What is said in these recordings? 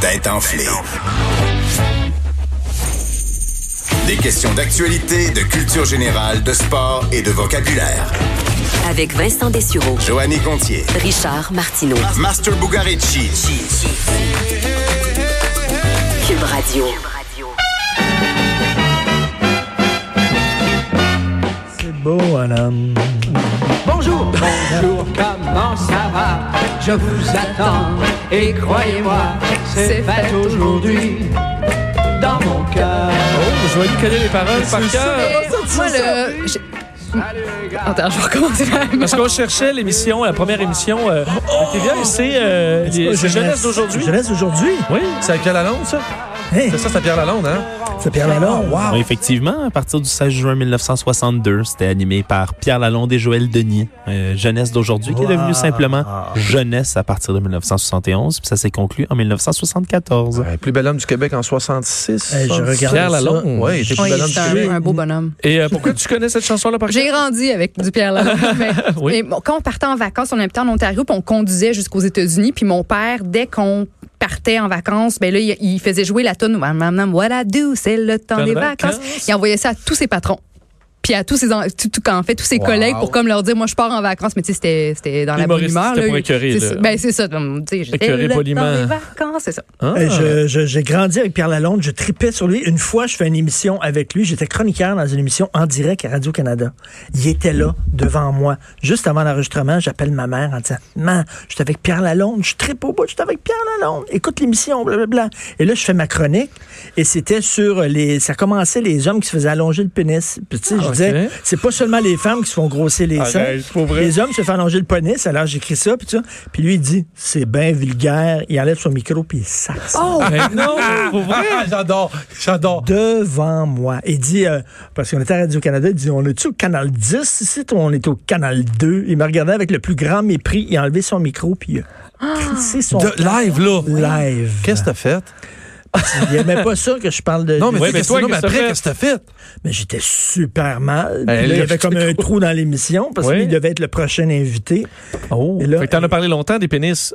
Tête enflée. Des questions d'actualité, de culture générale, de sport et de vocabulaire. Avec Vincent Dessureau, Joanny Gontier. Richard Martineau, Master Bugarici. Cube Radio. C'est beau, Alan. Bonjour, bonjour, comment ça va Je vous attends et croyez-moi, c'est fait aujourd'hui dans mon cœur. Oh, Joanie connaît les paroles par cœur. Moi, le. j'ai- Attends, je vais recommencer. Parce qu'on cherchait l'émission, la première émission euh, à Oh! TVA, et c'est euh, les- c'est Jeunesse d'aujourd'hui. Jeunesse d'aujourd'hui. Oui, C'est à Pierre Lalonde, ça? Hey, C'est ça, c'est à Pierre Lalonde, hein? c'est Pierre Lalonde. Wow. Oui, effectivement, à partir du 16 juin 1962, c'était animé par Pierre Lalonde et Joël Denis. Euh, jeunesse d'aujourd'hui, qui est Wow. devenu simplement Ah. Jeunesse à partir de 1971, puis ça s'est conclu en 1974. Ouais, plus bel homme du Québec en 66. Hey, je regardais Pierre ça. Lalonde. Oui, il était Oui, plus bel homme c'est du un, Québec. un beau bonhomme. Et euh, pourquoi tu connais cette chanson-là par J'ai cœur? grandi avec du Pierre Lalonde. mais, mais bon, quand on partait en vacances, on habitait en Ontario, puis on conduisait jusqu'aux États-Unis. Puis mon père, dès qu'on partait en vacances, ben là, il, il faisait jouer la tune Voilà, do, c'est le temps Temps des de vacances. vacances. Il envoyait ça à tous ses patrons. Puis à tous ses, en- tout, tout- en fait, tous ses Wow. collègues pour comme leur dire, moi, je pars en vacances. Mais tu sais, c'était- c'était dans la bonne Humoriste, humeur. c'était là. pour écœurer, C'est là. ça. Ben, c'est ça. comme, tu sais, j'étais Écœurer le temps poliment. des vacances, c'est ça. Hein? Hey, je- je- J'ai grandi avec Pierre Lalonde, je tripais sur lui. Une fois, je fais une émission avec lui. J'étais chroniqueur dans une émission en direct à Radio-Canada. Il était là, devant moi. Juste avant l'enregistrement, j'appelle ma mère en disant Maman, je suis avec Pierre Lalonde, je tripe au bout, je suis avec Pierre Lalonde. Écoute l'émission, blablabla. Et là, je fais ma chronique. Et c'était sur les. Ça commençait les hommes qui se faisaient allonger le pénis. Puis, tu sais, je ok. disais C'est pas seulement les femmes qui se font grossir les seins. Arrête, Ah, ben, pour vrai. Les hommes se font allonger le pénis. Alors, j'écris ça, puis tout ça. Puis lui, il dit C'est bien vulgaire. Il enlève son micro, puis il sac ça. Ben non, pour vrai. Ah, j'adore, j'adore. devant moi. Il dit, euh, parce qu'on était à Radio-Canada, il dit, on est-tu au canal 10 ici ou on est au canal 2? Il me regardait avec le plus grand mépris, il a enlevé son micro, puis il a crissé son De live, là. live. Qu'est-ce que t'as fait? Il aimait pas ça que je parle de... Non, mais, mais, Ouais, tu sais, mais qu'est-ce toi, que- non, mais qu'est-ce que après, t'as qu'est-ce que t'as fait? j'étais super mal. Puis Elle là, il y lève avait le comme un trou dans l'émission, parce Oui. qu'il devait être le prochain invité. Oh, Et là, fait que t'en euh, as parlé longtemps des pénis.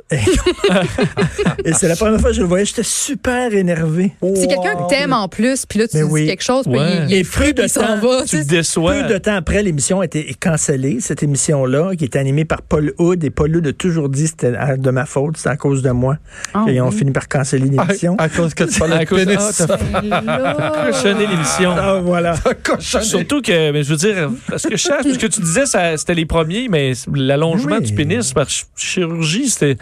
Et Ah. c'est la première fois que je le voyais, j'étais super énervé. Oh. Si quelqu'un que t'aimes en plus, puis là, tu Mais dis oui. quelque chose, puis Ouais. il, il est Et fru, Oh, plus de puis il s'en temps, va. tu Tu sais. te déçois. Peu de temps après, l'émission a été cancellée, cette émission-là, qui était animée par Paul Hood. Et Paul Hood a toujours dit c'était à- de ma faute, c'est à cause de moi. Ah et ils ont oui. fini par canceller Ah, l'émission. À cause que tu parlais À de cause- pénis. Ah, t'as Ben là. cochonné l'émission. Ah, voilà. Cochonnerie. Surtout que, mais je veux dire, parce que je cherche, parce que tu disais, ça, c'était les premiers, mais l'allongement Oui. du pénis par ch- chirurgie, c'était.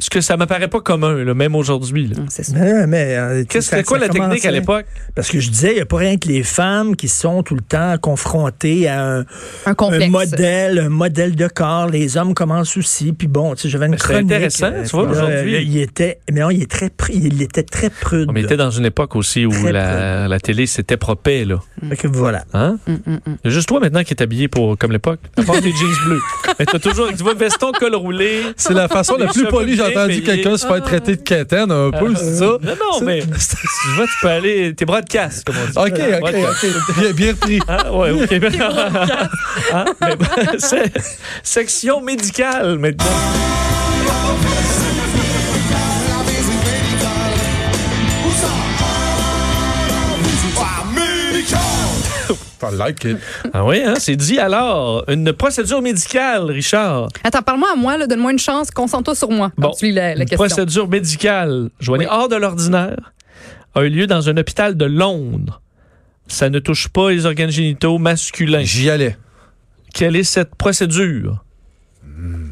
Ce que ça m'apparaît pas commun, là, même aujourd'hui. là. Non, c'est ça. Mais, mais, euh, Qu'est-ce ça- c'était quoi ça la technique commençait. à l'époque? Parce que je disais, il n'y a pas rien que les femmes qui sont tout le temps confrontées à un, Un complexe. un modèle, un modèle de corps. Les hommes commencent aussi. Puis bon, tu sais, j'avais une Mais c'est chronique. intéressant, euh, tu vois, là, aujourd'hui. là, Il était, mais non, il est très, pr- il était très prude. On était dans une époque aussi où Très la, la télé c'était propre, là. Fait que voilà. Hein? mm, Il y a juste toi maintenant qui est habillé pour, comme l'époque. À part tes jeans bleus. Mais t'as toujours, tu vois, veston, col roulé. C'est la façon la Les plus cheveux polie. J'ai bien entendu payés. quelqu'un se faire traiter de quétaine un peu, c'est ça? Non, non, mais je vois, tu peux aller. Tes bras de casse, comme on dit. OK, OK, Ouais, OK. Bien, bien repris. Hein? Ouais, ok. Hein? Mais bon, c'est- section médicale maintenant. T'as like it. Ah oui, hein, c'est dit alors. Une procédure médicale, Richard. Attends, parle-moi à moi, là, donne-moi une chance, concentre-toi sur moi. Bon, tu lis la, la une question. procédure médicale, joignée Oui. hors de l'ordinaire, a eu lieu dans un hôpital de Londres. Ça ne touche pas les organes génitaux masculins. J'y allais. Quelle est cette procédure? Hmm.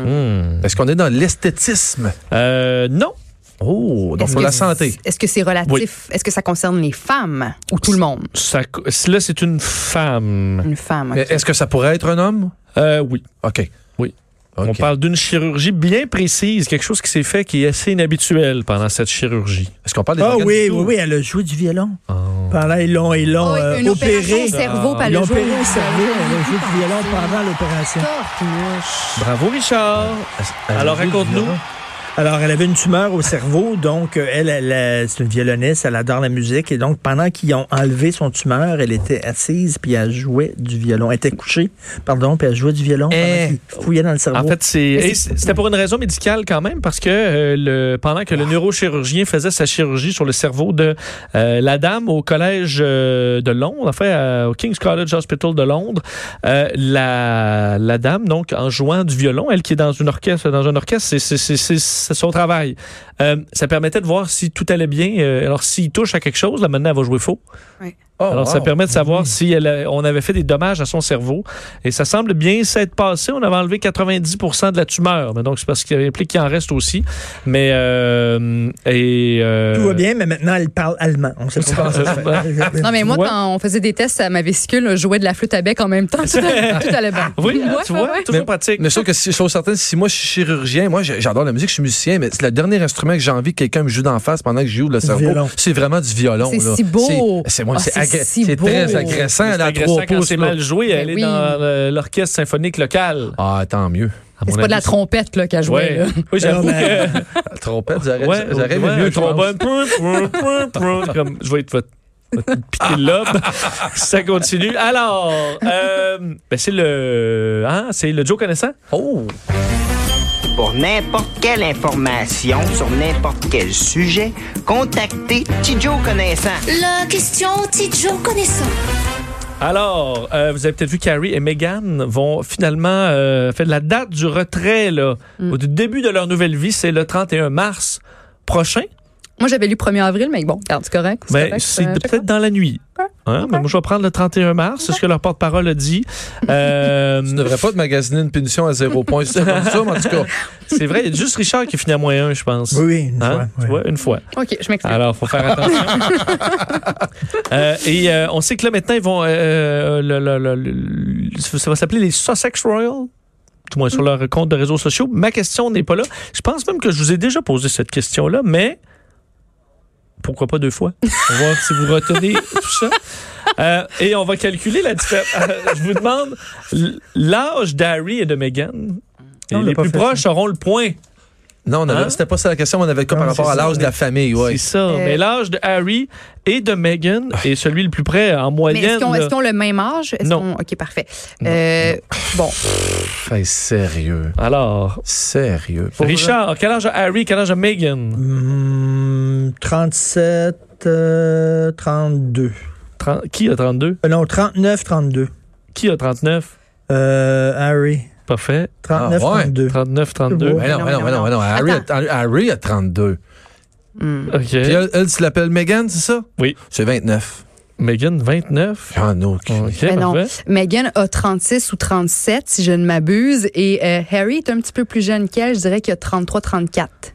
Hmm. Est-ce qu'on est dans l'esthétisme? Euh, non. Oh, donc Est-ce pour que la c'est- santé. Est-ce que c'est relatif? Oui. Est-ce que ça concerne les femmes ou tout le monde? Ça, co- là, c'est une femme. Une femme. Mais ok. est-ce que ça pourrait être un homme? Euh, oui. OK. Oui. OK. On parle d'une chirurgie bien précise, quelque chose qui s'est fait qui est assez inhabituel pendant cette chirurgie. Est-ce qu'on parle des Ah organes oui, oui, vitaux? oui, elle a joué du violon. Oh. Pendant, ils l'ont, ils l'ont Oh, euh, une opération opéré. au cerveau, pas Ils le l'ont jour. opéré au cerveau, elle a joué du violon pendant l'opération. Bravo, Richard. Elle Alors, joue du raconte-nous. violon. Alors, elle avait une tumeur au cerveau, donc euh, elle, elle, euh, c'est une violoniste, elle adore la musique. Et donc, pendant qu'ils ont enlevé son tumeur, elle était assise, puis elle jouait du violon. Elle était couchée, pardon, puis elle jouait du violon Eh. pendant qu'ils fouillaient dans le cerveau. En fait, c'est et c'est- c'était pour une raison médicale quand même, parce que euh, le, pendant que le neurochirurgien faisait sa chirurgie sur le cerveau de euh, la dame au collège euh, de Londres, enfin euh, au King's College Hospital de Londres, euh, la, la dame donc en jouant du violon, elle qui est dans une orchestre, dans un orchestre, c'est- c'est- c'est c'est- c'est son travail. Euh, ça permettait de voir si tout allait bien. Euh, alors s'il touche à quelque chose, là maintenant elle va jouer faux. Oh, Alors, ça permet de savoir Mm-hmm. si elle a- on avait fait des dommages à son cerveau. Et ça semble bien s'être passé. On avait enlevé 90 de la tumeur. Mais donc, c'est parce qu'il implique qu'il en reste aussi. Mais, euh, et, euh, Tout va bien, mais maintenant, elle parle allemand. On sait pas comment ça se fait. Non, mais moi, vois? quand on faisait des tests à ma vésicule, je jouais de la flûte à bec en même temps. Tout, allait- tout allait bien. Oui, Ouais, tu ouais, vois, ouais. toujours Mais- pratique. Mais sauf que si, chose certaine, si moi je suis chirurgien, moi j'ai- j'adore la musique, je suis musicien, mais c'est le dernier instrument que j'ai envie que quelqu'un me joue d'en face pendant que je joue le cerveau. violon. C'est vraiment du violon. C'est là. si beau. C'est c'est- moi, Ah, c'est c'est agré- si c'est beau. très agressant. C'est Elle a agressant trois quand pouces. c'est là. mal joué. Elle Mais est oui. dans euh, l'orchestre symphonique local. Ah, tant mieux. à mon C'est pas de la avis. trompette là, qu'elle jouait. Ouais. là. Oui, j'avoue Non, ben, mais- que... La trompette, vous Ouais, arrivez, ouais, mieux, un je pense. trombone. Comme, je vais te va te piquer le lobe. Ça continue. Alors, euh, ben c'est le, hein, c'est le Joe connaissant. Oh! Pour n'importe quelle information sur n'importe quel sujet, contactez Tidjo Connaissant. La question Tidjo connaissant. Alors, euh, vous avez peut-être vu Carrie et Meghan vont finalement euh, faire de la date du retrait là, au début de leur nouvelle vie, c'est le 31 mars prochain. Moi, j'avais lu 1er avril, mais bon, regarde, c'est correct. c'est Ben, correct, c'est euh, de- check peut-être dans la nuit. Hein? Mais moi, je vais prendre le 31 mars, c'est ce que leur porte-parole a dit. Euh, Tu ne devrais pas te magasiner une punition à zéro point. C'est comme ça, mais en tout cas. c'est vrai, il y a juste Richard qui finit à moins un, je pense. Oui, oui, une Hein? fois, Tu oui. vois, une fois. ça. OK, je m'explique. Alors, faut faire attention. Euh, et euh, on sait que là, maintenant, ils vont. euh, le- le- le- le- ça va s'appeler les Sussex Royal, du moins sur leur compte de réseaux sociaux. Ma question n'est pas là. Je pense même que je vous ai déjà posé cette question-là, mais pourquoi pas deux fois? On va voir si vous retenez tout ça. Euh, et on va calculer la différence. Euh, je vous demande l- l'âge d'Harry et de Meghan. Et on l'a les pas plus fait, proches auront le point. Non, on avait- Hein? c'était pas ça la question, mais on avait quoi par Non, rapport c'est à ça, l'âge de la famille. Ouais. C'est ça. Euh, Mais l'âge de Harry et de Meghan est celui le plus près en Mais moyenne. est-ce qu'on là. est-ce qu'on a le même âge? Est-ce Non. qu'on- OK, parfait. Euh, Bon, Hey, sérieux. Alors, Sérieux. Pour Richard, quel âge a Harry, quel âge a Meghan? Hum, 37, euh, 32. Tren- Qui a 32? Euh, non, 39, 32. Qui a 39? Euh, Harry. Parfait. 39, Ah ouais. 32. 39, vrai? 32. Ouais, non, ouais, non, ouais, non, ouais, non. Harry, a, Harry a 32. Hmm. OK. Puis elle, elle, tu l'appelles Megan, c'est ça? Eh? Oui. C'est 29. Meghan, 29. J'en ai aucune. OK, ben non. parfait. Meghan a 36 ou 37, si je ne m'abuse, et euh, Harry est un petit peu plus jeune qu'elle, je dirais qu'il a 33-34.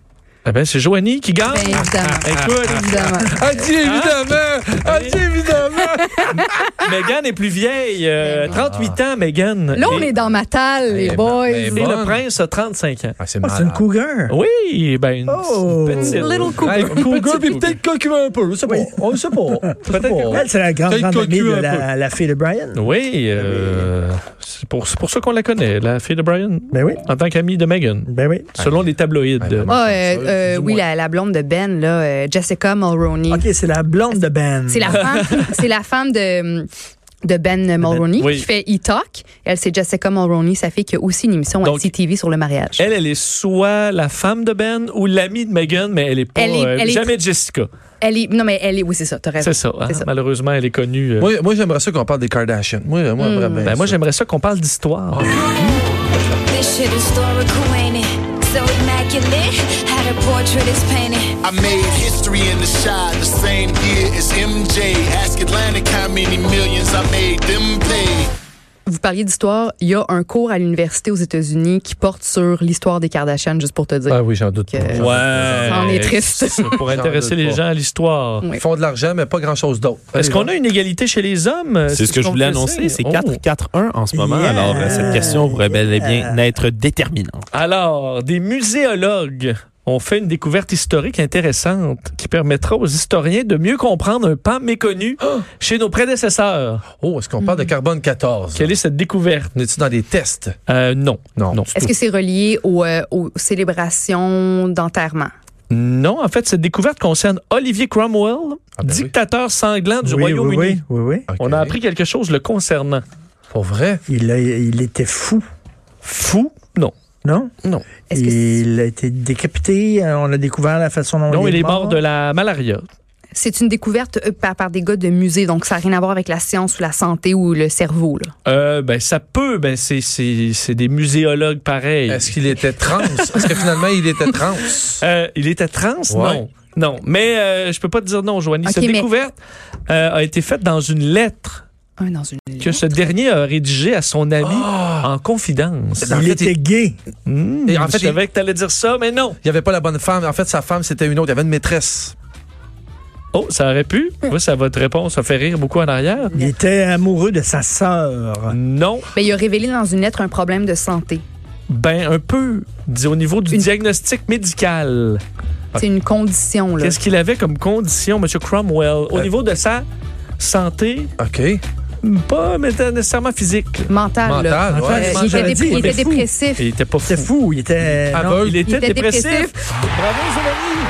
Eh ben, c'est Joanie qui gagne. Ben, évidemment. Écoute, Évidemment. Ah, dis évidemment! Ah, dis évidemment! Meghan est plus vieille. euh, 38 ans, Meghan. Ben Là, on Et- est dans ma talle, les Eh ben, boys. eh Et ben. le prince a 35 ans. Ah, c'est Oh, c'est une malade. cougar. Oui, ben, une Oh. petite. Little cougar. Ouais, cougar, puis peut-être cocu un peu. Je sais pas. On sait pas. Peut-être Oh. que- Elle, c'est la grande, Peut-être grande amie cocu de un la, la fille de Brian. Oui, euh, c'est pour, c'est pour ça qu'on la connaît, la fille de Brian, Ben oui, en tant qu'amie de Meghan, ben oui. selon les tabloïds. ben, Ah, Ça, euh, euh, du oui, moins. la, la blonde de Ben, là, euh, Jessica Mulroney. OK, c'est la blonde de Ben. C'est la femme, c'est la femme de, de Ben Mulroney oui. qui fait E-Talk. Elle, c'est Jessica Mulroney, sa fille qui a aussi une émission Donc, à CTV sur le mariage. Elle, elle est soit la femme de Ben ou l'amie de Meghan, mais elle est pas Elle est- euh, elle est- jamais Jessica. Elle est, non, mais elle est, oui, c'est ça, t'as raison. C'est ça, hein? C'est ça. Malheureusement, elle est connue. euh. Moi, moi j'aimerais ça qu'on parle des Kardashians. Moi, moi, vraiment. Ben, moi, ça. j'aimerais ça qu'on parle d'histoire. This shit is historical, ain't it? So immaculate, how the portrait is painted. I made history in the shot the same year as MJ. Ask Atlantic how many millions I made them pay. Vous parliez d'histoire. Il y a un cours à l'université aux États-Unis qui porte sur l'histoire des Kardashians, juste pour te dire. Euh, Ah oui, j'en doute Que- pas. J'en Ouais. Ça en est triste. Ça, Pour intéresser J'en doute les pas. gens à l'histoire. Oui. Ils font de l'argent, mais pas grand-chose d'autre. Est-ce qu'on a une égalité chez les hommes? C'est ce que je voulais annoncer, c'est Oh. Oh. 4-4-1 en ce moment. Yeah. Alors, euh, cette question pourrait bel et bien être déterminante. Alors, des muséologues on fait une découverte historique intéressante qui permettra aux historiens de mieux comprendre un pan méconnu chez nos prédécesseurs. Oh, est-ce qu'on parle de carbone 14? Quelle est cette découverte? On est-tu dans des tests? Euh, non. Non. Non. Est-ce que c'est relié aux, euh, aux célébrations d'enterrement? Non, en fait, cette découverte concerne Olivier Cromwell, Ah ben oui. dictateur sanglant du oui, Royaume-Uni. oui, oui, oui, oui. OK. On a appris quelque chose le concernant. Pour vrai? Il, a- il était fou, Fou? Non. non? Non. Est-ce que c'est- Il a été décapité. euh, On a découvert la façon dont Non, il est mort de la malaria. c'est une découverte euh, par, par des gars de musée, donc ça n'a rien à voir avec la science ou la santé ou le cerveau. là. Euh, ben, ça peut, ben, c'est- c'est c'est des muséologues pareils. Est-ce qu'il était trans? est-ce que finalement, il était trans? Euh, il était trans? Ouais. Non. Non, mais euh, je peux pas te dire non, Joanie. Ok, Cette mais- découverte euh, a été faite dans une lettre Un dans une que ce dernier a rédigée à son ami en confidence. Il était gay. Mmh, Et Ah! en fait, je savais que t'allais dire ça, mais non. Il n'y avait pas la bonne femme. En fait, sa femme, c'était une autre. Il y avait une maîtresse. Oh, ça aurait pu. Hum. Oui, ça, votre réponse a fait rire beaucoup en arrière. Il était amoureux de sa sœur. Non. Mais Ben, il a révélé dans une lettre un problème de santé. Ben, un peu. Dis, au niveau du diagnostic médical. C'est une condition. Là. Ah. Qu'est-ce qu'il avait comme condition, M. Cromwell? Au Euh. niveau de sa santé, OK. pas méta- nécessairement physique. là. Mental. là. Mentale, Euh, ouais. il, était j'avais dit, dépr- il il était était fou. dépressif. Il était pas fou. C'était fou. Il était. non. Aveugle. Il était, était dépressif. dépressif. Bravo, Joanie.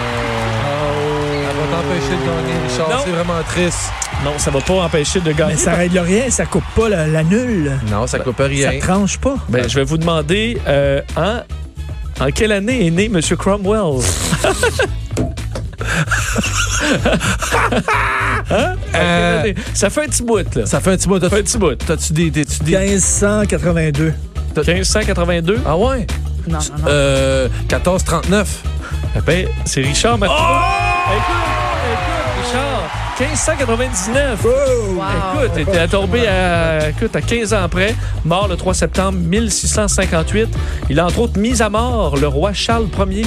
Elle va t'empêcher de gagner, Richard. Non. C'est vraiment triste. Euh, Non, ça va pas empêcher de gagner. Mais Ben, ça règle rien. Ça coupe pas la, la nulle. Non, ça coupe Ça rien. tranche pas. Ben, je vais vous demander euh, en, en quelle année est né M. Cromwell? Hein? En quelle Euh, année? Ça fait un petit bout, là. Ça Ça fait un petit bout. fait un T'as-tu petit bout. t'as-tu des, des- tu des... 1582. 1582. Ah ouais? Non, non, non. Euh, 1439. Ben, c'est Richard Martineau. Écoute, écoute, Richard, 1599. Wow. Écoute, il était tombé à, écoute, à 15 ans après, mort le 3 septembre 1658. Il a entre autres mis à mort le roi Charles Ier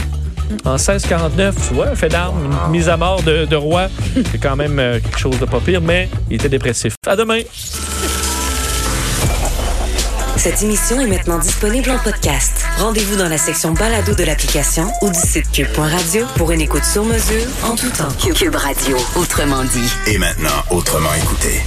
en 1649. Tu vois, un fait d'armes, une mise à mort de, de roi. C'est quand même euh, quelque chose de pas pire, mais il était dépressif. À demain! Cette émission est maintenant disponible en podcast. Rendez-vous dans la section balado de l'application ou du site cube.radio pour une écoute sur mesure en tout temps. Cube Radio, autrement dit. Et maintenant, autrement écouté.